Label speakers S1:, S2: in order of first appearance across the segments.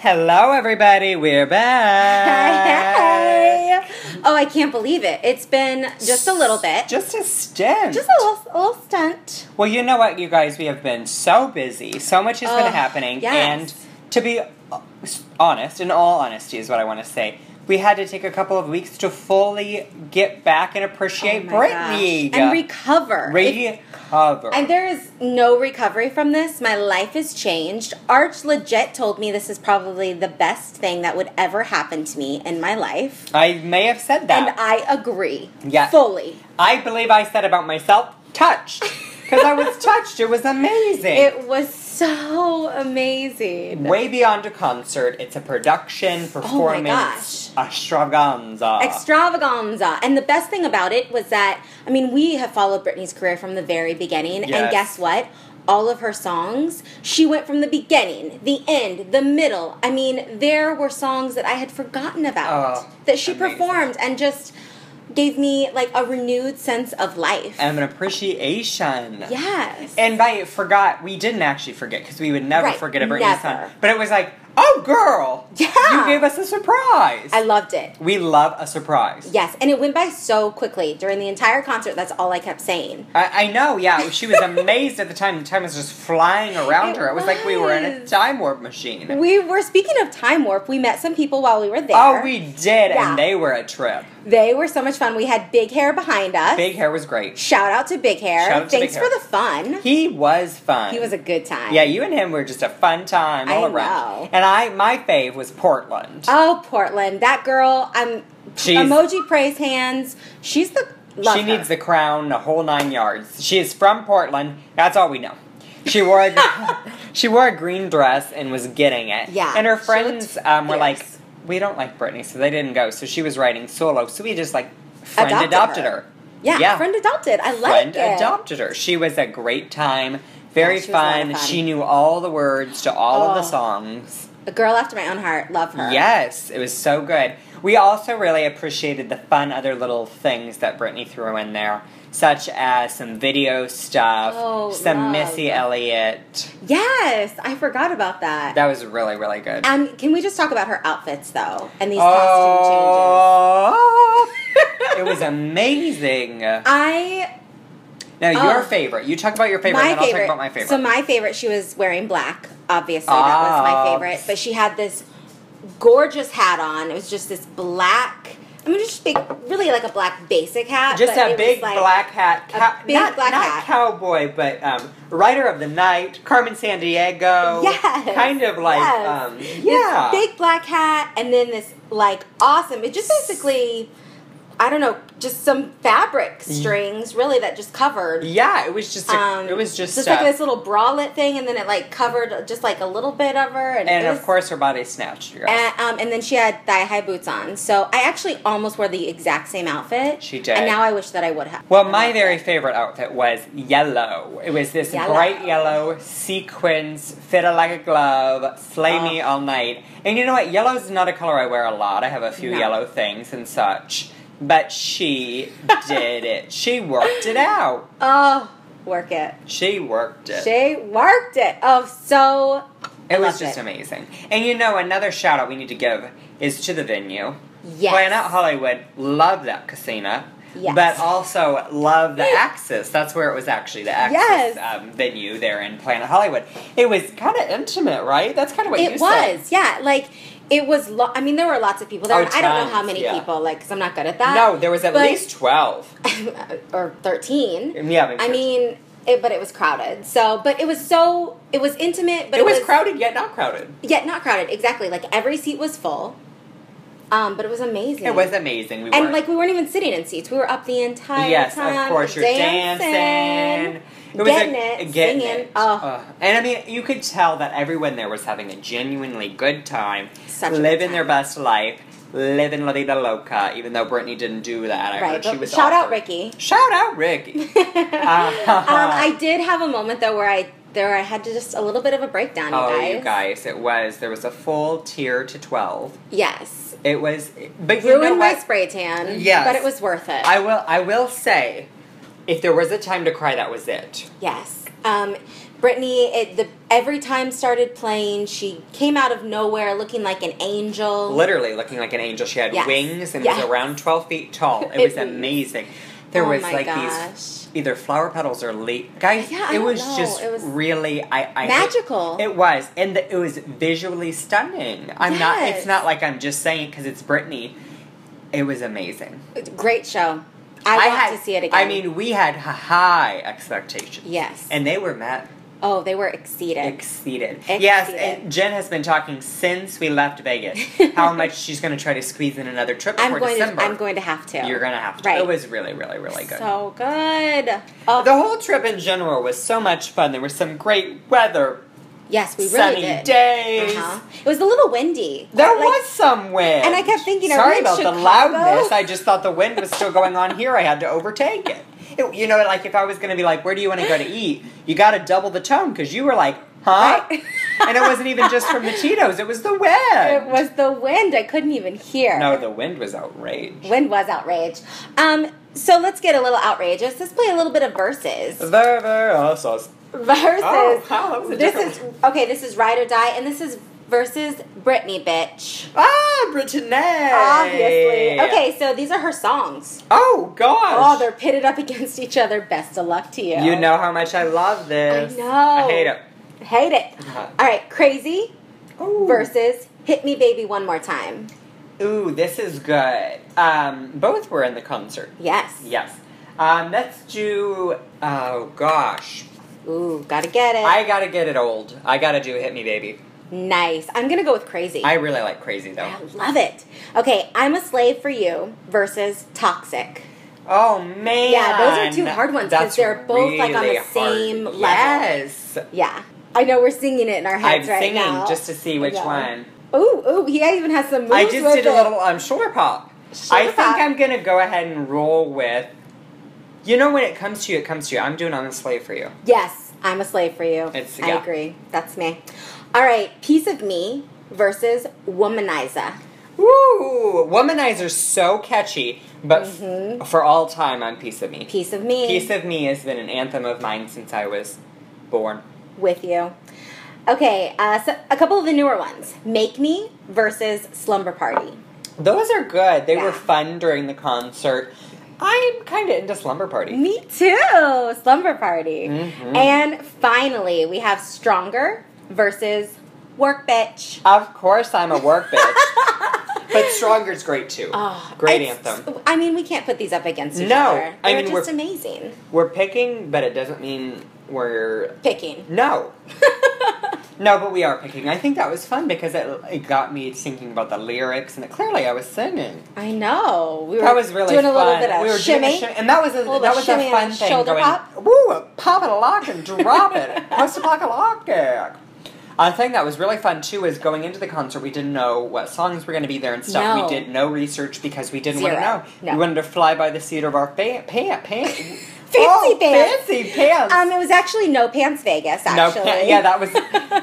S1: Hello, everybody. We're back.
S2: Hey. Oh, I can't believe it. It's been just a little bit.
S1: Just a stint.
S2: Just a little, a little stunt.
S1: well, you know what, you guys? We have been so busy. So much has been
S2: Ugh,
S1: happening.
S2: yes.
S1: And to be uh, honest, in all honesty, is what I want to say. We had to take a couple of weeks to fully get back and appreciate
S2: Oh my
S1: Britney.
S2: gosh. And recover. If-
S1: recover.
S2: and there is no recovery from this. My life has changed. Arch legit told me this is probably the best thing that would ever happen to me in my life.
S1: I may have said that.
S2: And I agree.
S1: Yeah.
S2: Fully.
S1: I believe I said about myself, touched. Because I was touched. It was amazing.
S2: It was so amazing.
S1: Way beyond a concert, it's a
S2: Oh
S1: production, performance, extravaganza.
S2: extravaganza. And the best thing about it was that, I mean, we have followed Britney's career from the very beginning.
S1: Yes.
S2: And guess what? All of her songs, she went from the beginning, the end, the middle. I mean, there were songs that I had forgotten about
S1: Oh,
S2: that she
S1: amazing.
S2: performed and just gave me like a renewed sense of life.
S1: and an appreciation.
S2: yes.
S1: And by forgot, we didn't actually forget because we would never
S2: Right,
S1: forget a Britney
S2: never.
S1: song. But it was like, oh, girl,
S2: Yeah.
S1: you gave us a surprise.
S2: I loved it.
S1: we love a surprise.
S2: Yes, and it went by so quickly during the entire concert. That's all I kept saying.
S1: I, I know, yeah. She was amazed at the time. The time was just flying around
S2: It
S1: her. It was, like we were in a
S2: was.
S1: time warp machine.
S2: We were speaking of time warp. We met some people while we were there.
S1: oh, we did,
S2: Yeah.
S1: and they were a trip.
S2: They were so much fun. We had Big Hair behind us.
S1: Big Hair was great.
S2: Shout out to Big Hair.
S1: Shout out to
S2: Thanks
S1: Big Hair.
S2: for the fun. He,
S1: He was fun.
S2: was a good time.
S1: Yeah, you and him were just a fun time all
S2: I
S1: around.
S2: know.
S1: And I my fave was Portland.
S2: Oh, Portland, that girl. I'm
S1: She's-
S2: emoji praise hands. She's the love
S1: she
S2: her.
S1: needs the crown, the whole nine yards. She is from Portland. That's all we know. She wore a, she wore a green dress and was getting it.
S2: Yeah,
S1: And her
S2: she
S1: friends
S2: looked
S1: um, were like,
S2: fierce.
S1: "We don't like Britney," so they didn't go. So she was writing solo. So we just like friend adopted,
S2: Adopted
S1: her.
S2: her. Yeah,
S1: yeah.
S2: friend adopted. I like
S1: friend
S2: it.
S1: adopted her. She was a great time. Very
S2: Yeah, she was a lot of
S1: fun.
S2: fun.
S1: She knew all the words to all of the
S2: Oh.
S1: songs.
S2: A girl after my own heart. Love her.
S1: Yes, it was so good. We also really appreciated the fun other little things that Brittany threw in there, such as some video stuff,
S2: Oh,
S1: some
S2: love.
S1: Missy Elliott.
S2: Yes, I forgot about that.
S1: That was really, really good.
S2: um, can we just talk about her outfits though, and these costume changes?
S1: Oh, Uh, it was amazing. Now,
S2: I
S1: your
S2: oh.
S1: favorite. You talk about your favorite, and then I'll talk about my favorite.
S2: So my favorite, she was wearing black. Obviously, that was
S1: Ah.
S2: my favorite. But she had this gorgeous hat on. It was just this black. I mean, just big, really like a black basic hat.
S1: just
S2: but
S1: a
S2: it was
S1: big
S2: like-
S1: black hat,
S2: a
S1: cow-
S2: big
S1: not,
S2: black
S1: not
S2: hat.
S1: cowboy, but um, writer of the night, Carmen San Diego.
S2: Yes.
S1: kind of like
S2: Yes.
S1: um,
S2: This
S1: yeah,
S2: big black hat, and then this like awesome. It just basically, I don't know, just some fabric strings really that just covered.
S1: Yeah, it was just a,
S2: um,
S1: it was just,
S2: just
S1: a-
S2: like this little bralette thing, and then it like covered just like a little bit of her, and, it
S1: and of
S2: was-
S1: course her body snatched her.
S2: And, um, and then she had thigh high boots on. So I actually almost wore the exact same outfit.
S1: She did.
S2: And now I wish that I would have.
S1: well, my very favorite outfit was yellow. It was this
S2: Yellow.
S1: bright yellow sequins, fit it like a glove, slay me all night. And you know what? Yellow is not a color I wear a lot. I have a few
S2: No.
S1: yellow things and such. But she did it. She worked it out.
S2: Oh, work it.
S1: She worked it.
S2: She worked it. Oh, so.
S1: it was
S2: loved
S1: just
S2: it.
S1: amazing. And you know, another shout out we need to give is to the venue.
S2: Yes.
S1: Planet Hollywood, love that casino.
S2: Yes.
S1: But also love the Axis. That's where it was actually the Axis
S2: Yes.
S1: um, venue there in Planet Hollywood. It was kind of intimate, right? That's kind of what you
S2: It
S1: said.
S2: was, yeah. Like, it was. Lo- I mean, there were lots of people there.
S1: Oh,
S2: and I don't know how
S1: tons,
S2: many
S1: yeah.
S2: people, like, because I'm not good at that.
S1: No, there was at
S2: But-
S1: least twelve.
S2: or 13.
S1: Yeah, maybe
S2: I
S1: 13.
S2: mean, it, but it was crowded. So, but it was so. It was intimate, but
S1: it
S2: it
S1: was crowded yet not crowded.
S2: Yet not crowded, exactly. Like, every seat was full. Um, but it was amazing.
S1: It was amazing. We
S2: And
S1: were
S2: like we weren't even sitting in seats. We were up the entire
S1: yes,
S2: time.
S1: of course you're dancing. It was
S2: getting
S1: a,
S2: it,
S1: getting
S2: singing.
S1: it.
S2: Oh.
S1: Ugh. and I mean, you could tell that everyone there was having a genuinely good time,
S2: Such a good
S1: living their
S2: time.
S1: best life, living la vida loca. Even though Brittany didn't do that, I
S2: Right.
S1: heard she
S2: But
S1: was
S2: shout
S1: awesome. Uh-huh.
S2: out Ricky.
S1: Shout out Ricky.
S2: um, I did have a moment though where I there I had to just a little bit of a breakdown, you
S1: oh,
S2: guys.
S1: you guys, it was there was a full tier to twelve.
S2: Yes.
S1: It was, but you know
S2: Ruined my
S1: what?
S2: spray tan.
S1: Yes.
S2: But it was worth it.
S1: I will. I will say, if there was a time to cry, that was it.
S2: yes. Um Brittany, it, the every time started playing, she came out of nowhere looking like an angel.
S1: Literally looking like an angel. She had
S2: Yes.
S1: wings and
S2: Yes.
S1: was around 12 feet tall. It,
S2: It
S1: was
S2: was-
S1: amazing. There
S2: Oh
S1: was
S2: my
S1: like
S2: gosh.
S1: these either flower petals or leaves. Guys,
S2: Yeah,
S1: it
S2: I don't
S1: was
S2: know.
S1: just
S2: It was
S1: really I, I
S2: magical.
S1: It was, and the, it was visually stunning. I'm not.
S2: Yes.
S1: It's not like I'm just saying because it's Brittany. It was amazing.
S2: Great show. I, want
S1: had
S2: to see it again.
S1: I mean, we had high expectations.
S2: Yes.
S1: and they were met
S2: oh, they were exceeded.
S1: exceeded. Yes, and Jen has been talking since we left Vegas how much she's going to try to squeeze in another trip before
S2: I'm going.
S1: December.
S2: To, I'm going to have to.
S1: You're going to have to.
S2: Right.
S1: It was really, really, really good.
S2: So good. Oh,
S1: the whole trip in general was so much fun. There was some great weather,
S2: yes, we really
S1: sunny
S2: did.
S1: days.
S2: Uh-huh. It was a little windy.
S1: There
S2: Like,
S1: was some wind.
S2: And I kept thinking, are we
S1: sorry
S2: in
S1: about
S2: Chicago?
S1: the loudness. I just thought the wind was still going on here. I had to overtake it. It- You know, like if I was going to be like, where do you want to go to eat? You got to double the tone because you were like, huh?
S2: Right.
S1: and it wasn't even just from the Cheetos; it was the wind.
S2: It was the wind. I couldn't even hear.
S1: No, the wind was outraged.
S2: Wind was outraged. Um, so let's get a little outrageous. Let's play a little bit of verses.
S1: Very, very hot sauce.
S2: Verses.
S1: Oh, wow, that was a
S2: this
S1: different
S2: is okay. This is ride or die, and this is versus Britney, bitch.
S1: Ah, Brittany.
S2: Obviously. Okay, so these are her songs.
S1: Oh gosh.
S2: Oh, they're pitted up against each other. Best of luck to you.
S1: You know how much I love this.
S2: I know.
S1: I hate it.
S2: Hate it.
S1: Uh-huh.
S2: All right, crazy
S1: Ooh.
S2: versus hit me, baby, one more time.
S1: Ooh, this is good. Um, both were in the concert.
S2: Yes.
S1: Yes. Um, let's do. Oh gosh,
S2: Ooh, gotta get it.
S1: I gotta get it old. I gotta do "Hit Me, Baby."
S2: nice. I'm gonna go with crazy.
S1: I really like "Crazy"
S2: I
S1: though.
S2: love it. Okay, I'm a slave for you versus toxic.
S1: Oh man,
S2: Yeah, those are two hard ones
S1: That's
S2: 'cause they're both, like, on the
S1: really hard.
S2: same level.
S1: Yes,
S2: Yeah. I know we're singing it in our
S1: I'm
S2: heads right
S1: singing
S2: now. Oh
S1: just to see which
S2: Yeah.
S1: one.
S2: Ooh, ooh, he even has some moves
S1: I just
S2: with
S1: did
S2: it.
S1: a little um, shoulder pop.
S2: Shoulder
S1: I think
S2: pop.
S1: I'm gonna go ahead and roll with. You know, when it comes to you, it comes to you. I'm doing on the sleigh for you.
S2: Yes, I'm a slave for you.
S1: It's-
S2: I
S1: yeah.
S2: agree. That's me. All right, piece of me versus womanizer.
S1: Woo! Womanizer's so catchy, but f-
S2: Mm-hmm.
S1: for all time on Piece of Me.
S2: Piece of me
S1: Piece of Me has been an anthem of mine since I was born.
S2: with you. Okay, uh, so a couple of the newer ones. Make me versus slumber party.
S1: Those are good. They
S2: Yeah.
S1: were fun during the concert. I'm kind of into Slumber Party.
S2: Me too. Slumber party.
S1: Mhm.
S2: And finally, we have stronger versus work bitch.
S1: Of course, I'm a work bitch. but Stronger's great too.
S2: Oh,
S1: great
S2: it's-
S1: anthem.
S2: I mean, we can't put these up against each
S1: No,
S2: other.
S1: I
S2: They're
S1: mean,
S2: just
S1: we're-
S2: amazing.
S1: We're picking, but it doesn't mean we're.
S2: Picking.
S1: No. no, but we are picking. I think that was fun because it, it got me thinking about the lyrics and that clearly I was singing.
S2: I know. We were
S1: That was really
S2: doing
S1: fun.
S2: a little bit of
S1: we were
S2: shimmy.
S1: Doing a shim- and that was a,
S2: little
S1: that was
S2: shimmy
S1: a
S2: and
S1: fun
S2: a
S1: thing.
S2: shoulder
S1: going,
S2: pop.
S1: Woo, pop it a lock and drop it. Post a lock a lock it. A thing that was really fun too is going into the concert. We didn't know what songs were going to be there and stuff.
S2: No.
S1: We did no research because we didn't
S2: Zero.
S1: want to know.
S2: No.
S1: We wanted to fly by the seat of our fa- pant pant fancy
S2: Fancy pants.
S1: Fancy pants.
S2: Um, it was actually No Pants Vegas,
S1: no,
S2: actually.
S1: pant- yeah, that was.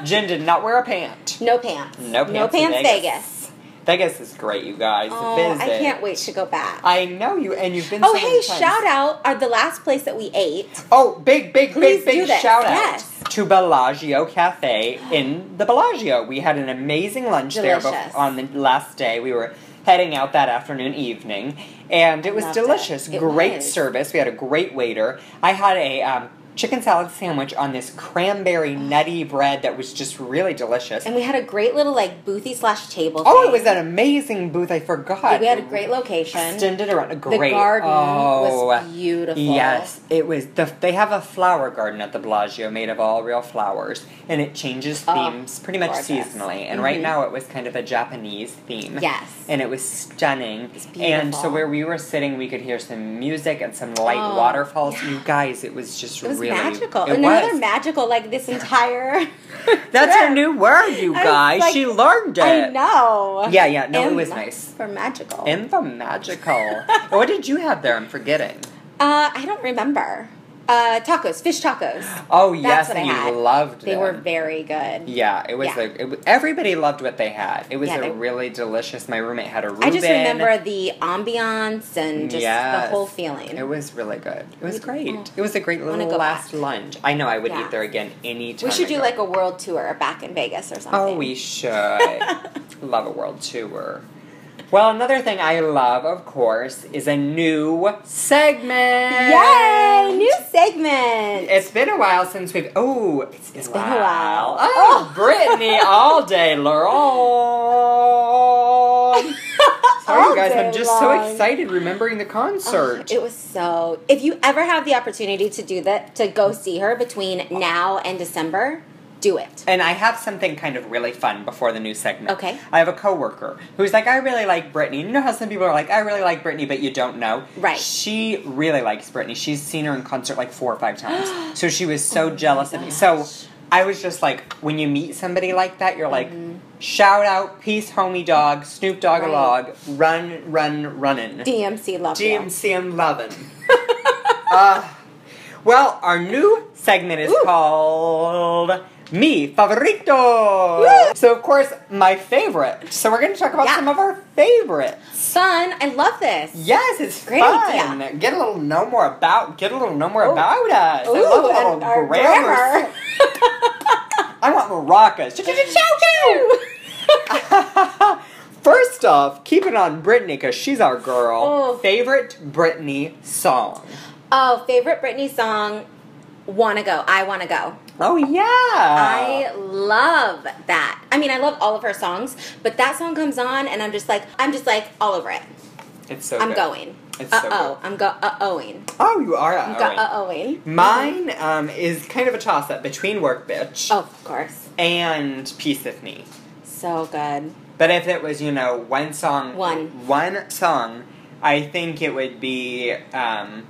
S1: Jen did not wear a pant.
S2: No Pants.
S1: No
S2: No
S1: Pants in
S2: Pants
S1: Vegas.
S2: Vegas.
S1: Vegas is great, you guys.
S2: Oh, I
S1: Visit.
S2: can't wait to go back.
S1: I know you, and you've been.
S2: oh,
S1: so
S2: hey,
S1: many times.
S2: shout out are the last place that we ate.
S1: Oh, big, big,
S2: Please
S1: big,
S2: do
S1: big
S2: this.
S1: shout out
S2: Yes.
S1: to Bellagio Cafe in the Bellagio. We had an amazing lunch there
S2: Delicious.
S1: bef- on the last day. We were heading out that afternoon, evening, and it was
S2: Loved it.
S1: delicious.
S2: It
S1: great
S2: was.
S1: service. We had a great waiter. I had a um, chicken salad sandwich on this cranberry nutty bread that was just really delicious.
S2: Oh. And we had a great little like boothy slash table.
S1: Oh,
S2: thing.
S1: it was an amazing booth. I forgot.
S2: We had a great location.
S1: Extended around a
S2: the
S1: great
S2: garden
S1: oh.
S2: was beautiful.
S1: Yes, it was. The, they have a flower garden at the Bellagio made of all real flowers, and it changes
S2: Oh,
S1: themes pretty much
S2: gorgeous. Mm-hmm.
S1: seasonally. And right now, it was kind of a Japanese theme.
S2: Yes.
S1: and it was stunning. And
S2: beautiful.
S1: so where we were sitting, we could hear some music and some light
S2: Oh,
S1: waterfalls. You guys, it was just
S2: It was
S1: really
S2: magical.
S1: It
S2: and
S1: was.
S2: another magical, like this entire.
S1: That's her new word, you
S2: I was
S1: guys.
S2: like,
S1: she learned it.
S2: I know.
S1: Yeah, yeah. No, it
S2: M
S1: was nice.
S2: For magical.
S1: In the magical. what did you have there? I'm forgetting.
S2: uh, I don't remember. Uh, tacos, fish tacos.
S1: Oh yes,
S2: That's what
S1: and
S2: I
S1: you
S2: had.
S1: loved
S2: They
S1: them.
S2: were very good.
S1: Yeah, it was
S2: Yeah.
S1: a. It, w- everybody loved what they had. It was
S2: Yeah,
S1: a
S2: they-
S1: really delicious. My roommate had a Reuben.
S2: I just remember the ambiance and just
S1: Yes.
S2: the whole feeling.
S1: It was really good. It was
S2: We-
S1: great.
S2: oh,
S1: it was a great
S2: wanna
S1: little
S2: go
S1: last
S2: back.
S1: lunch. I know I would
S2: Yeah.
S1: eat there again any time.
S2: we should
S1: I
S2: do
S1: go.
S2: like a world tour back in Vegas or something.
S1: Oh, we should. love a world tour. Well, another thing I love, of course, is a new segment.
S2: Yay! New segment.
S1: It's been a while since we've. Oh, it's been,
S2: been a while.
S1: Oh,
S2: Oh.
S1: Brittany all day long. Sorry,
S2: All
S1: you guys.
S2: day
S1: I'm just so
S2: long.
S1: excited remembering the concert.
S2: It was so. If you ever have the opportunity to do that, to go see her between now and December, do it.
S1: and I have something kind of really fun before the new segment.
S2: Okay.
S1: I have a coworker who's like, I really like Brittany. You know how some people are like, I really like Brittany, but you don't know.
S2: Right.
S1: She really likes Brittany. She's seen her in concert like four or five times. so she was so jealous of me. So
S2: Oh gosh.
S1: I was just like, when you meet somebody like that, you're like, shout out, peace, homie dog, Snoop Dogg
S2: Mm-hmm. Right.
S1: log, run, run, runnin'.
S2: DMC love you.
S1: DMC I'm lovin'. uh, well, our new segment is
S2: Ooh.
S1: called Mi Favorito.
S2: Woo.
S1: So, of course, my favorite. So, we're going to talk about
S2: Yeah.
S1: some of our favorites.
S2: Fun. I love this.
S1: Yes, it's
S2: Great
S1: fun. Get a little know more about. Get a little know more
S2: Ooh.
S1: about us. I
S2: Ooh,
S1: love a
S2: and
S1: little
S2: our
S1: grammar.
S2: grammar.
S1: I want maracas. First off, keep it on Britney because she's our girl.
S2: Oh.
S1: Favorite Britney song.
S2: oh, favorite Britney song. Wanna go. I wanna go.
S1: Oh yeah.
S2: I love that. I mean, I love all of her songs, but that song comes on and I'm just like, I'm just like all over it.
S1: it's so
S2: I'm
S1: good.
S2: going.
S1: It's so
S2: uh oh. I'm go uh ohing.
S1: Oh, you are
S2: I'm
S1: at
S2: go
S1: Owen.
S2: uh ohing.
S1: Mine um, is kind of a toss up between Work Bitch
S2: Oh, of course.
S1: and Peace With Me.
S2: So good.
S1: But if it was, you know, one song,
S2: One.
S1: one song, I think it would be um,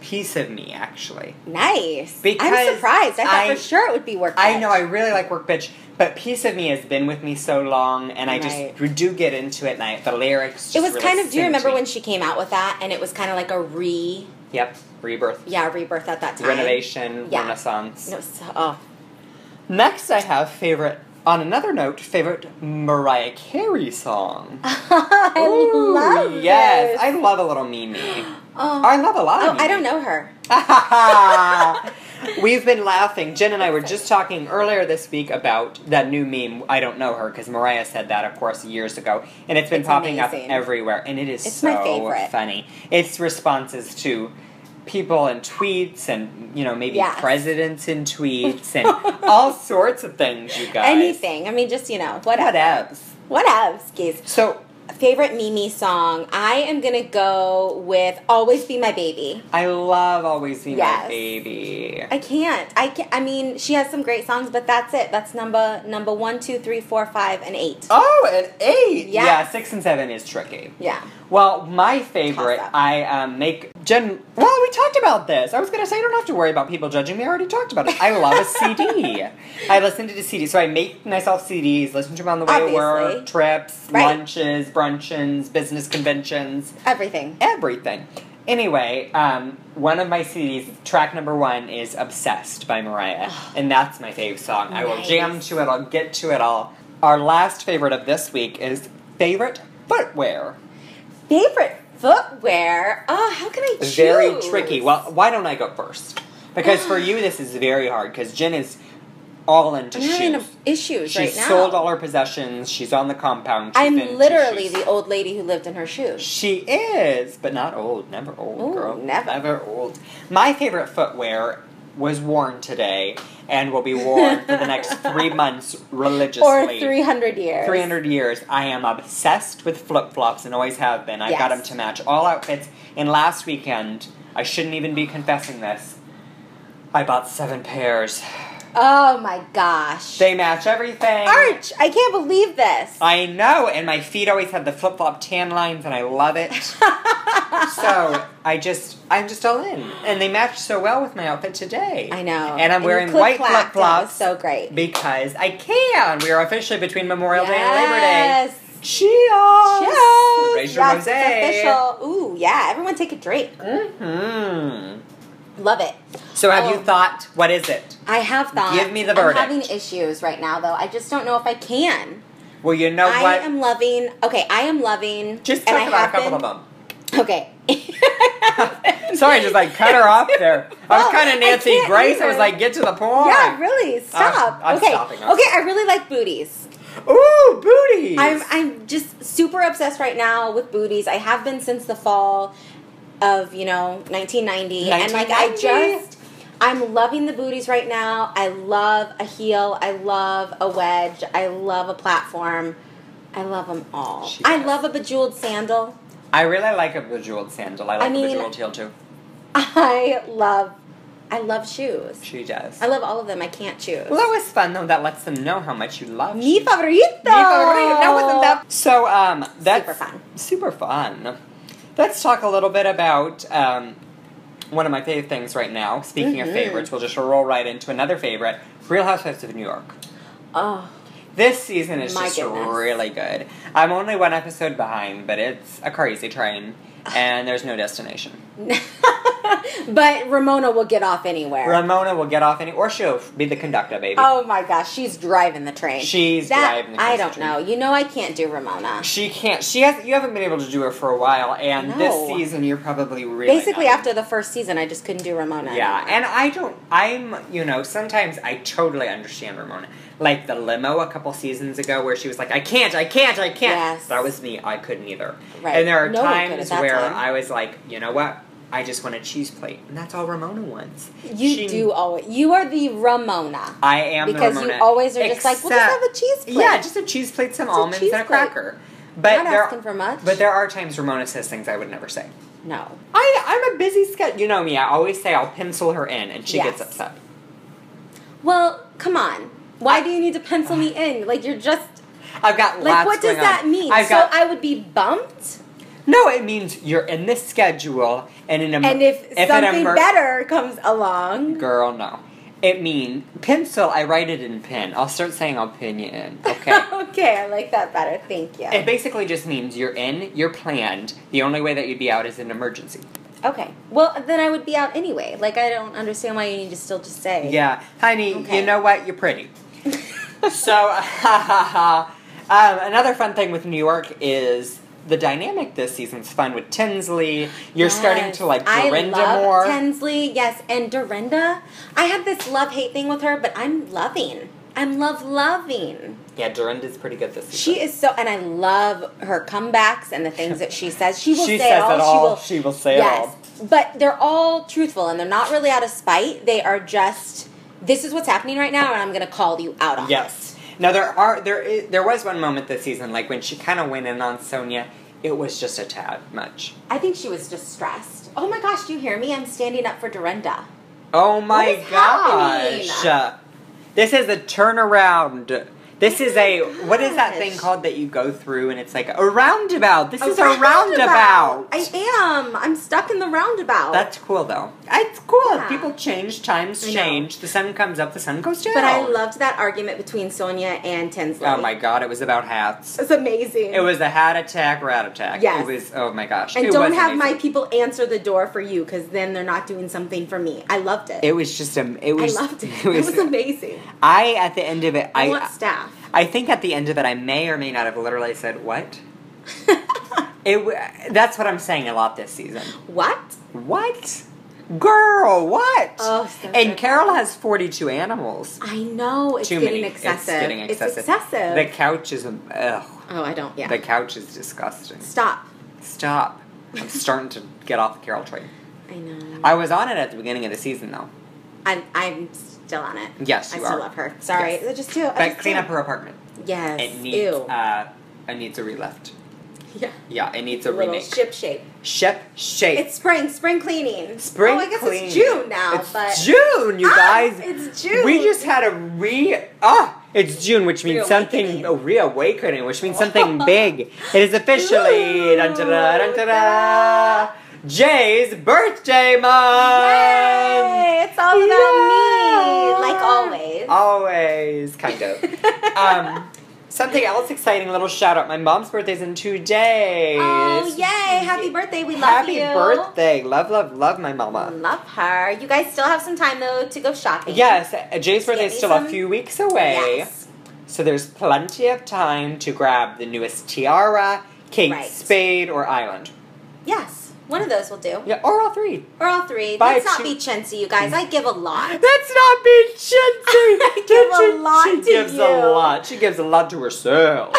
S1: Piece of Me, actually.
S2: Nice.
S1: Because
S2: I'm surprised. I thought
S1: I-
S2: for sure it would be work.
S1: I
S2: bitch.
S1: know I really like Work Bitch, but Piece of Me has been with me so long, and I
S2: Right.
S1: just do get into it, and I, the lyrics. Just
S2: It was
S1: really
S2: kind of. Do you remember
S1: sink
S2: when
S1: to
S2: she came out with that? And it was kind of like a re,
S1: me. Yep, Rebirth,
S2: yeah, rebirth at that time.
S1: Renovation,
S2: Yeah.
S1: Renaissance.
S2: And it was so- oh,
S1: Next, I have favorite. On another note, favorite Mariah Carey song.
S2: I
S1: Ooh,
S2: love
S1: Yes,
S2: this.
S1: I love a little Mimi. Oh,
S2: oh,
S1: I love a lot.
S2: oh,
S1: of
S2: I don't know her.
S1: know. We've been laughing. Jen and I were just talking earlier this week about that new meme. I don't know her because Mariah said that, of course, years ago, and it's been
S2: It's
S1: popping
S2: amazing.
S1: up everywhere, and it is
S2: It's
S1: so
S2: my favorite.
S1: funny. It's responses to people and tweets, and you know maybe
S2: Yes.
S1: presidents and tweets, and all sorts of things. You guys,
S2: Anything. I mean, just you know,
S1: What
S2: whatever.
S1: else?
S2: Whatevs, geez.
S1: So
S2: Favorite Mimi song? I am gonna go with "Always Be My Baby."
S1: I love always be my
S2: Yes.
S1: baby.
S2: I can't. I can I mean, she has some great songs, but that's it. That's number number one, two, three, four, five, and eight.
S1: Oh, an eight.
S2: Yeah.
S1: yeah, six and seven is tricky.
S2: Yeah.
S1: Well, my favorite,
S2: Toss up.
S1: I um, make Jen. Well, we talked about this. I was gonna say I don't have to worry about people judging me. I already talked about it. I love a CD. I listen to the CD, so I make myself CDs. Listen to them on the way to work,
S2: Obviously.
S1: trips,
S2: Right.
S1: lunches, brunches, business conventions,
S2: Everything.
S1: everything. Anyway, um, one of my CDs, track number one, is "Obsessed" by Mariah, and that's my fave song. I will
S2: Nice.
S1: jam to it. I'll get to it all. Our last favorite of this week is favorite footwear.
S2: Favorite footwear? Oh, how can I choose?
S1: very tricky. Well, why don't I go first? Because for you, this is very hard because Jen is all into
S2: I'm having
S1: shoes.
S2: a, issues
S1: She's
S2: right now.
S1: sold all her possessions. She's on the compound. She's into
S2: I'm literally
S1: shoes.
S2: the old lady who lived in her shoes.
S1: She is, but not old. Never old,
S2: Ooh,
S1: girl.
S2: never.
S1: old. My favorite footwear was worn today and will be worn for the next three months religiously.
S2: Or 300 years.
S1: 300 years, I am obsessed with flip flops and always have been. I've got
S2: Yes.
S1: them to match all outfits. And last weekend, I shouldn't even be confessing this, I bought seven pairs.
S2: Oh my gosh.
S1: They match everything.
S2: Arch, I can't believe this.
S1: I know, and my feet always have the flip flop tan lines, and I love it. so I just, I'm just all in, and they match so well with my outfit today.
S2: I know.
S1: and I'm
S2: you
S1: wearing white flip
S2: click-clacked. That was
S1: flops
S2: So great.
S1: because I can. We are officially between Memorial Day and Labor Day.
S2: Yes.
S1: Cheers!
S2: Yes.
S1: Raise your
S2: Yes, it's
S1: rosé.
S2: official. Ooh, yeah. Everyone take a drink.
S1: Mm-hmm.
S2: Love it.
S1: So have you
S2: Oh.
S1: thought, what is it?
S2: I have thought.
S1: Give me the
S2: I'm
S1: verdict.
S2: having issues right now, though. I just don't know if I can.
S1: Well, you know
S2: I
S1: Oh, what?
S2: am loving. Okay, I am loving.
S1: Just
S2: and
S1: talk
S2: I
S1: about a
S2: have
S1: couple
S2: been-
S1: of them.
S2: Okay.
S1: Sorry, I just like cut her off there. I
S2: Well,
S1: was kind
S2: I
S1: of Nancy
S2: can't
S1: Grace. I
S2: either.
S1: was like, get to the point.
S2: Yeah, really. Stop.
S1: Uh, I'm
S2: okay.
S1: stopping us.
S2: Okay, I really like booties.
S1: Ooh, booties.
S2: I'm I'm just super obsessed right now with booties. I have been since the fall of, you know, 1990 and like I
S1: 1990?
S2: just I'm loving the booties right now. I love a heel. I love a wedge. I love a platform. I love them all.
S1: She
S2: I
S1: does.
S2: love a bejeweled sandal.
S1: I really like a bejeweled sandal. I like
S2: mean-
S1: a bejeweled heel too.
S2: I love I love shoes.
S1: She does.
S2: I love all of them. I can't choose.
S1: well, that was fun though. That lets them know how much you love.
S2: Mi
S1: shoes.
S2: favorito.
S1: That wasn't that. So um, that's
S2: Super fun.
S1: Super fun. Let's talk a little bit about um, one of my favorite things right now. Speaking
S2: Mm-hmm.
S1: of favorites, we'll just roll right into another favorite: Real Housewives of New York.
S2: Oh,
S1: This season is
S2: My
S1: just
S2: goodness.
S1: really good. I'm only one episode behind, but it's a crazy train, and there's no destination.
S2: but Ramona will get off anywhere.
S1: Ramona will get off any, or she'll be the conductor, baby.
S2: oh my gosh, she's driving the train.
S1: She's
S2: that,
S1: driving the
S2: I
S1: crazy
S2: don't
S1: train.
S2: know. You know I can't do Ramona.
S1: She can't. She has. You haven't been able to do it for a while, and
S2: No.
S1: this season you're probably really
S2: Basically,
S1: not.
S2: after the first season, I just couldn't do Ramona.
S1: Yeah,
S2: anymore.
S1: and I don't. I'm, you know, sometimes I totally understand Ramona. Like the limo a couple seasons ago where she was like, I can't, I can't, I can't.
S2: Yes.
S1: That was me. I couldn't either.
S2: Right.
S1: And there are
S2: No one could at
S1: times
S2: that
S1: where
S2: time.
S1: I was like, you know what? I just want a cheese plate. And that's all Ramona wants.
S2: you
S1: She-
S2: do always. You are the Ramona
S1: I am the
S2: because you
S1: Ramona,
S2: always are just like, we'll just
S1: except-
S2: have a cheese plate.
S1: Yeah, just a cheese plate, some
S2: Just a
S1: almonds,
S2: cheese
S1: and a
S2: plate.
S1: cracker. But
S2: Not
S1: there,
S2: asking for much.
S1: But there are times Ramona says things I would never say.
S2: no.
S1: I, I'm a busy schedule. You know me. I always say I'll pencil her in, and she
S2: Yes.
S1: gets upset.
S2: Well, come on. Why do you need to pencil me in? Like you're just
S1: I've got
S2: like
S1: lots
S2: what does
S1: going on.
S2: that mean?
S1: I've
S2: so
S1: got
S2: I would be bumped,
S1: no. It means you're in this schedule, and in a
S2: and if,
S1: an
S2: something
S1: emer-
S2: better comes along,
S1: girl, no. It mean pencil. I write it in pen. I'll start saying opinion. Okay.
S2: okay, I like that better. Thank you.
S1: it basically just means you're in. You're planned. The only way that you'd be out is an emergency.
S2: Okay. Well, then I would be out anyway. Like I don't understand why you need to still just say.
S1: Yeah, honey.
S2: Okay.
S1: You know what? You're pretty. so, um, another fun thing with New York is the dynamic this season's fun with Tinsley. You're starting
S2: Yes.
S1: to like
S2: I
S1: Dorinda
S2: love
S1: more.
S2: Tensley, yes, and Dorinda. I have this love hate thing with her, but I'm loving. I'm love loving.
S1: yeah, Dorinda's pretty good this season.
S2: She is so, and I love her comebacks and the things that she says. She will
S1: She
S2: say
S1: says
S2: it all.
S1: it all.
S2: She
S1: She
S2: will,
S1: will say it all.
S2: But they're all truthful and they're not really out of spite. They are just, this is what's happening right now, and I'm going to call you out on
S1: Yes. Now there are there is, there was one moment this season like when she kind of went in on Sonia. It was just a tad much.
S2: it. I think she was just stressed. Oh my gosh, do you hear me? I'm standing up for Dorinda.
S1: Oh my
S2: is happening?
S1: gosh! This is a turnaround. This is a what is that thing
S2: gosh.
S1: called that you go through and it's like a roundabout. This is a roundabout.
S2: I am. I'm stuck in the roundabout.
S1: That's cool though. It's cool.
S2: Yeah.
S1: People change. Times
S2: I know.
S1: change. The sun comes up. The sun goes down.
S2: but I loved that argument between Sonia and Tinsley.
S1: Oh my god! It was about hats.
S2: It's amazing.
S1: It was a hat attack, rat attack.
S2: Yes.
S1: It was. Oh my gosh.
S2: And
S1: It
S2: don't
S1: was
S2: have
S1: amazing.
S2: my people answer the door for you because then they're not doing something for me. I loved it.
S1: It was just a. It
S2: I
S1: was.
S2: loved it.
S1: It was.
S2: amazing.
S1: I at the end of it.
S2: I,
S1: I.
S2: want staff.
S1: I think at the end of it, I may or may not have literally said what. it. w- That's what I'm saying a lot this season.
S2: What?
S1: What, girl? What?
S2: Oh, so
S1: and
S2: good.
S1: Carol has 42 animals.
S2: I know it's
S1: Too
S2: getting
S1: many.
S2: excessive.
S1: It's getting excessive.
S2: It's excessive.
S1: The couch is. Ugh.
S2: oh, I don't. Yeah.
S1: The couch is disgusting.
S2: Stop.
S1: Stop. I'm starting to get off the Carol train.
S2: I know.
S1: I was on it at the beginning of the season though.
S2: I'm. I'm still on it.
S1: Yes,
S2: I
S1: you
S2: still
S1: are.
S2: love her. Sorry,
S1: Yes.
S2: I just do. I
S1: But
S2: just
S1: clean
S2: do.
S1: up her apartment.
S2: Yes.
S1: It needs.
S2: Ew.
S1: Uh, it needs a re-lift.
S2: yeah.
S1: Yeah, it needs a
S2: Little
S1: remake.
S2: ship shape.
S1: Ship shape.
S2: It's spring. Spring cleaning.
S1: spring.
S2: Oh, I guess
S1: clean.
S2: it's June now.
S1: It's
S2: but
S1: June, you
S2: Ah,
S1: guys.
S2: it's June.
S1: We just had a re. Ah, it's June, which means something
S2: Reawakening.
S1: a reawakening, which means something big. It is officially
S2: Ooh,
S1: dun, dun, dun, dun, dun, dun,
S2: ta-da.
S1: Jay's birthday month.
S2: Yay! It's all about me,
S1: Yeah.
S2: like always.
S1: Always, kind of. um, Something else exciting, little shout out. My mom's birthday's in two days.
S2: Oh, yay! Happy birthday. We love
S1: Happy
S2: you.
S1: birthday. Love, love, love my mama.
S2: Love her. You guys still have some time though to go shopping.
S1: Yes, uh, Jay's birthday is
S2: me
S1: still
S2: some-
S1: a few weeks away.
S2: Yes.
S1: So there's plenty of time to grab the newest tiara, king,
S2: Right.
S1: spade, or island.
S2: Yes. One of those will do.
S1: Yeah, or all three.
S2: Or all three.
S1: Bye,
S2: Let's not
S1: two-
S2: be chintzy, you guys. I give a lot.
S1: That's not being chintzy.
S2: I give a lot
S1: she
S2: to
S1: gives
S2: you.
S1: a lot. She gives a lot to herself.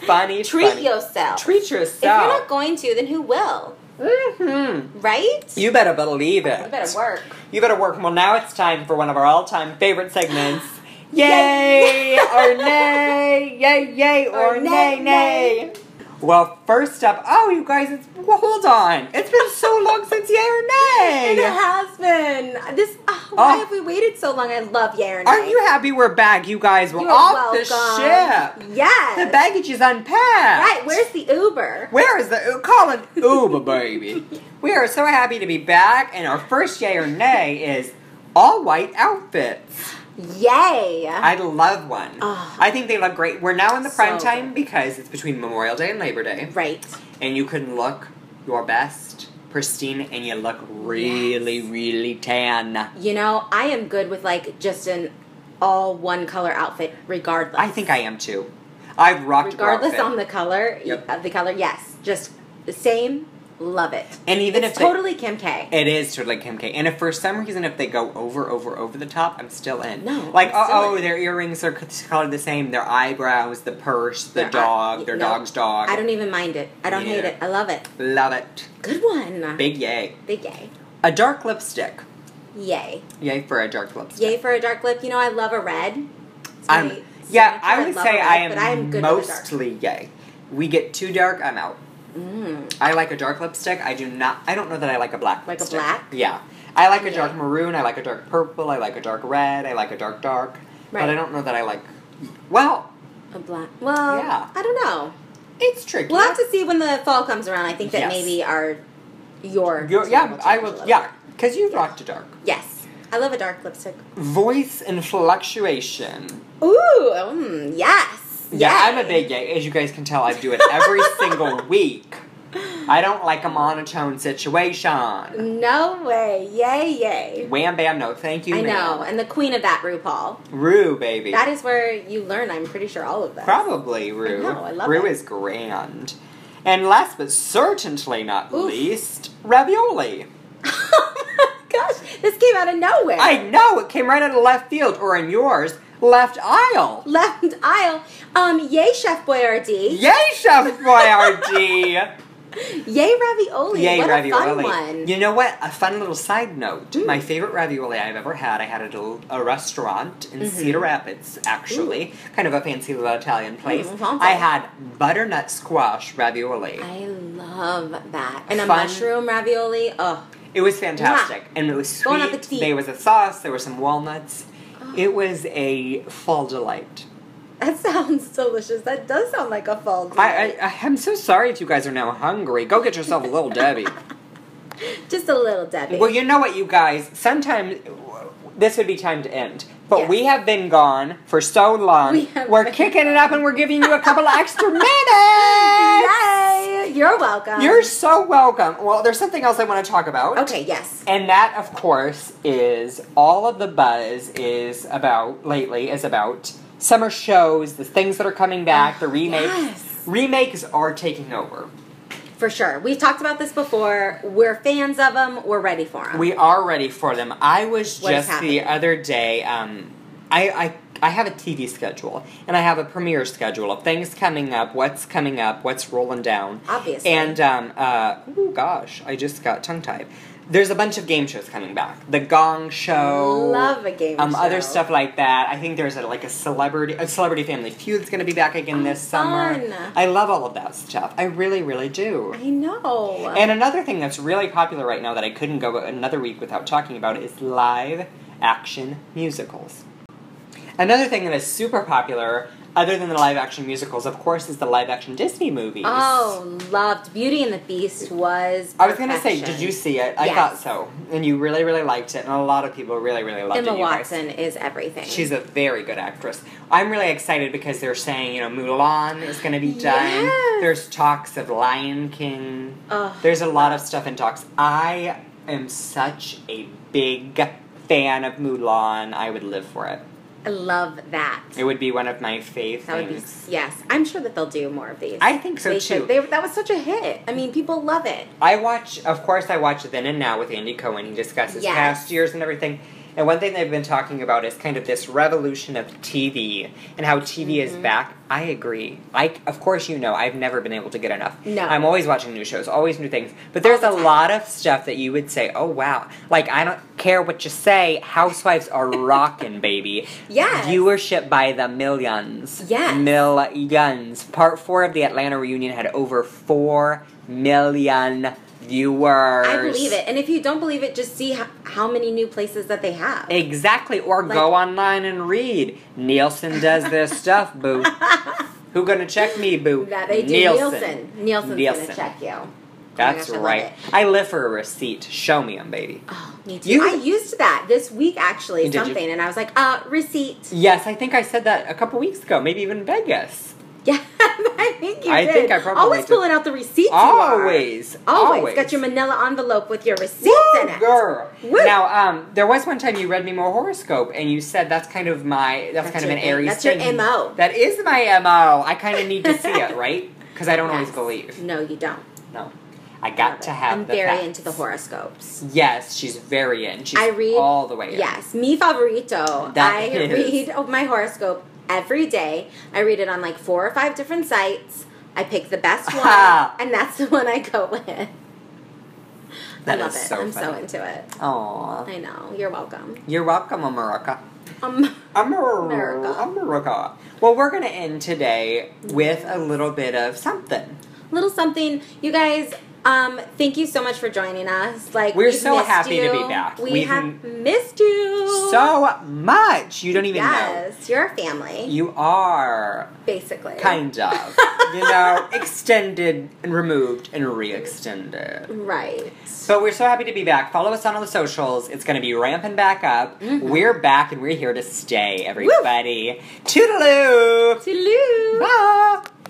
S1: funny.
S2: Treat
S1: funny.
S2: yourself.
S1: Treat
S2: if you're not
S1: yourself.
S2: going to, then who will?
S1: hmm
S2: Right?
S1: You better believe it.
S2: You better work.
S1: You better work. Well, now it's time for one of our all-time favorite segments.
S2: Yay.
S1: Yay! or nay! Yay! Yay! Or,
S2: Or nay,
S1: nay, nay! Well, first up. Oh, you guys! It's well, hold on. It's been so long since yay or
S2: And it
S1: nay.
S2: has been. This. Oh, why
S1: Oh.
S2: have we waited so long? I love Yaren.
S1: Are you happy we're back? You guys, we're
S2: You're
S1: off
S2: welcome.
S1: the ship.
S2: Yes.
S1: The baggage is unpacked.
S2: Right. Where's the Uber?
S1: Where is the Colin Uber baby? We are so happy to be back, and our first yay or nay is all white outfits.
S2: Yay.
S1: I love one.
S2: Ah.
S1: I think they look great. We're now in the
S2: So
S1: prime time because it's between Memorial Day and Labor Day,
S2: right.
S1: and you can look your best, pristine, and you look really, really tan.
S2: You know, I am good with like just an all one color outfit, regardless.
S1: I think I am too. I've rocked your
S2: regardless
S1: outfit.
S2: on the color
S1: Yep.
S2: of the color. Yes, just the same. Love it.
S1: And even
S2: it's
S1: if they-
S2: totally Kim K.
S1: It is totally Kim K. And if for some reason if they go over, over, over the top, I'm still in.
S2: No,
S1: Like,
S2: I'm
S1: oh,
S2: still
S1: oh,
S2: in.
S1: their earrings are c- colored the same, their eyebrows, the purse, the
S2: Their eye-
S1: dog,
S2: y-
S1: their
S2: no,
S1: dog's dog.
S2: I don't even mind it. I don't hate
S1: Yeah.
S2: it. I love it.
S1: Love it.
S2: Good one.
S1: Big yay.
S2: Big yay.
S1: A dark lipstick.
S2: Yay.
S1: Yay for a dark lipstick.
S2: Yay for a dark lip. You know, I love a red. It's
S1: I'm
S2: my
S1: yeah.
S2: signature.
S1: I would
S2: love
S1: say
S2: a red,
S1: I am
S2: but I am good with a dark.
S1: mostly yay. We get too dark, I'm out.
S2: Mm.
S1: I like a dark lipstick. I do not. I don't know that I like a black.
S2: Like a
S1: lipstick.
S2: black?
S1: Yeah. I like a
S2: Yay.
S1: dark maroon. I like a dark purple. I like a dark red. I like a dark dark.
S2: Right.
S1: But I don't know that I like. Well,
S2: A black. Well,
S1: Yeah.
S2: I don't know.
S1: it's tricky.
S2: We'll have to see when the fall comes around. I think that
S1: Yes.
S2: maybe our your
S1: You're-
S2: will
S1: yeah, I
S2: change a
S1: will.
S2: little
S1: Yeah,
S2: bit.
S1: because you rocked a dark
S2: Yes, I love a dark lipstick.
S1: voice and fluctuation.
S2: Ooh, mm, yes.
S1: Yeah,
S2: Yay.
S1: I'm a big yay. As you guys can tell, I do it every single week. I don't like a monotone situation.
S2: No way! Yay! Yay!
S1: Wham bam, no thank you.
S2: I
S1: ma'am.
S2: know, and the queen of that, RuPaul.
S1: Rue, baby.
S2: That is where you learn. I'm pretty sure all of that.
S1: Probably Rue.
S2: know, I love
S1: Rue
S2: it.
S1: is grand. And last but certainly not
S2: Oof.
S1: least, ravioli.
S2: oh my gosh, this came out of nowhere.
S1: I know it came right out of left field, or in yours, left aisle.
S2: left aisle. Um, yay, Chef Boyardee.
S1: Yay, Chef Boyardee!
S2: Yay, ravioli.
S1: Yay,
S2: what
S1: ravioli.
S2: a fun one. Mm.
S1: You know what? A fun little side note. My favorite ravioli I've ever had, I had at a, a restaurant in
S2: Mm-hmm.
S1: Cedar Rapids, actually. Kind of a fancy little Italian place.
S2: Mm, sounds
S1: I
S2: nice.
S1: had butternut squash ravioli.
S2: I love that. And a
S1: Fun.
S2: mushroom ravioli. Oh,
S1: It was fantastic, and it was
S2: Bon
S1: sweet.
S2: appetit. Ah.
S1: there was a sauce. There were some walnuts. It was a fall delight.
S2: that sounds delicious. That does sound like a fall
S1: I,
S2: delight.
S1: I I'm so sorry if you guys are now hungry. Go get yourself a little Debbie.
S2: Just a little Debbie.
S1: Well, you know what, you guys. Sometimes this would be time to end, but
S2: Yes.
S1: we have been gone for so long.
S2: We have
S1: are
S2: been-
S1: kicking it up, and we're giving you a couple extra minutes.
S2: Yay! You're welcome.
S1: You're so welcome. Well, there's something else I want to talk about.
S2: okay. Yes.
S1: And that, of course, is all of the buzz is about lately is about summer shows, the things that are coming back, the remakes.
S2: Oh, yes.
S1: Remakes are taking over.
S2: For sure. We've talked about this before. We're fans of them. We're ready for them.
S1: We are ready for them. I was
S2: What is
S1: just the
S2: happening?
S1: other day. Um, I, I I have a TV schedule and I have a premiere schedule of things coming up, what's coming up, what's rolling down.
S2: Obviously.
S1: And um, uh, oh gosh, I just got tongue tied. There's a bunch of game shows coming back. The Gong Show.
S2: Love a game
S1: um,
S2: show.
S1: Other stuff like that. I think there's a, like a celebrity, a celebrity family feud's going to be back again this
S2: Oh, fun.
S1: summer. I love all of that stuff. I really, really do.
S2: I know.
S1: And another thing that's really popular right now that I couldn't go another week without talking about is live action musicals. Another thing that is super popular other than the live action musicals, of course, is the live action Disney movies.
S2: Oh, loved Beauty and the Beast was.
S1: I was gonna say,
S2: perfection.
S1: did you see it? I
S2: Yes.
S1: thought so, and you really, really liked it, and a lot of people really, really loved
S2: Emma
S1: it. you guys.
S2: Watson is everything.
S1: She's a very good actress. I'm really excited because they're saying, you know, Mulan is going to be done.
S2: Yes.
S1: There's talks of Lion King.
S2: Ugh.
S1: There's a lot of stuff in talks. I am such a big fan of Mulan. I would live for it.
S2: I love that.
S1: It would be one of my fave
S2: That would be
S1: things.
S2: yes. I'm sure that they'll do more of these.
S1: I think so
S2: they
S1: too.
S2: should. They, that was such a hit. I mean, people love it.
S1: I watch, of course, I watch Then and Now with Andy Cohen. He discusses
S2: Yes.
S1: past years and everything. And one thing they've been talking about is kind of this revolution of TV and how TV is
S2: Mm-hmm.
S1: back. I agree. I, of course, you know, I've never been able to get enough.
S2: No.
S1: I'm always watching new shows, always new things. But there's
S2: the
S1: a
S2: time.
S1: lot of stuff that you would say, oh, wow. Like, I don't care what you say, housewives are rocking, baby.
S2: Yes.
S1: Viewership by the millions.
S2: Yes.
S1: Millions. Part four of the Atlanta reunion had over four million viewers.
S2: I believe it. And if you don't believe it, just see how, how many new places that they have.
S1: Exactly. Or go online and read. Nielsen does their stuff, boo. Who gonna check me, boo?
S2: that they do Nielsen. Nielsen's
S1: Nielsen.
S2: gonna check you. Oh my
S1: That's
S2: gosh, I love
S1: right.
S2: it.
S1: I live for a receipt. Show me 'em, baby.
S2: Oh, me too.
S1: You-
S2: I used that this week actually
S1: Did you?
S2: something, and I was like, uh, receipt.
S1: Yes, I think I said that a couple weeks ago, maybe even Vegas.
S2: Yeah, I think you
S1: I
S2: did.
S1: think I probably
S2: always
S1: did.
S2: pulling out the receipts. you are.
S1: Always.
S2: always,
S1: Always.
S2: got your manila envelope with your receipts in
S1: Woo,
S2: it.
S1: girl.
S2: Woo.
S1: Now, um, there was one time you read me more horoscope, and you said that's kind of my that's, kind
S2: That's
S1: of
S2: your
S1: an
S2: thing.
S1: Aries
S2: That's your
S1: thing.
S2: MO.
S1: That is my mo. I kind of need to see it, right? Because I don't always
S2: Yes.
S1: believe.
S2: No, you don't.
S1: No, I got
S2: Love
S1: to
S2: it.
S1: have.
S2: I'm
S1: the
S2: very
S1: facts.
S2: into the horoscopes.
S1: Yes, she's very in. She's
S2: I read
S1: all the way in.
S2: Yes, mi favorito.
S1: That
S2: I
S1: is-
S2: read of my horoscope every day. I read it on like four or five different sites. I pick the best one, and that's the one I go with.
S1: That
S2: I love
S1: is
S2: it.
S1: so
S2: I'm so
S1: funny.
S2: into it.
S1: Aw,
S2: I know. You're welcome.
S1: you're welcome, America.
S2: Um,
S1: America.
S2: America.
S1: America. Well, we're gonna end today with a little bit of something.
S2: little something, you guys. Um, thank you so much for joining us. Like
S1: We're
S2: we've
S1: so
S2: missed
S1: happy to be
S2: you.
S1: back.
S2: We
S1: We've
S2: have missed you
S1: So much you don't even know.
S2: Yes, you're a family,
S1: You are
S2: basically.
S1: kind of, you know, extended and removed and re-extended.
S2: Right.
S1: So we're so happy to be back. Follow us on all the socials. It's going to be ramping back up. We're back and we're here to stay, everybody. Toodaloo.
S2: Toodaloo.
S1: Bye.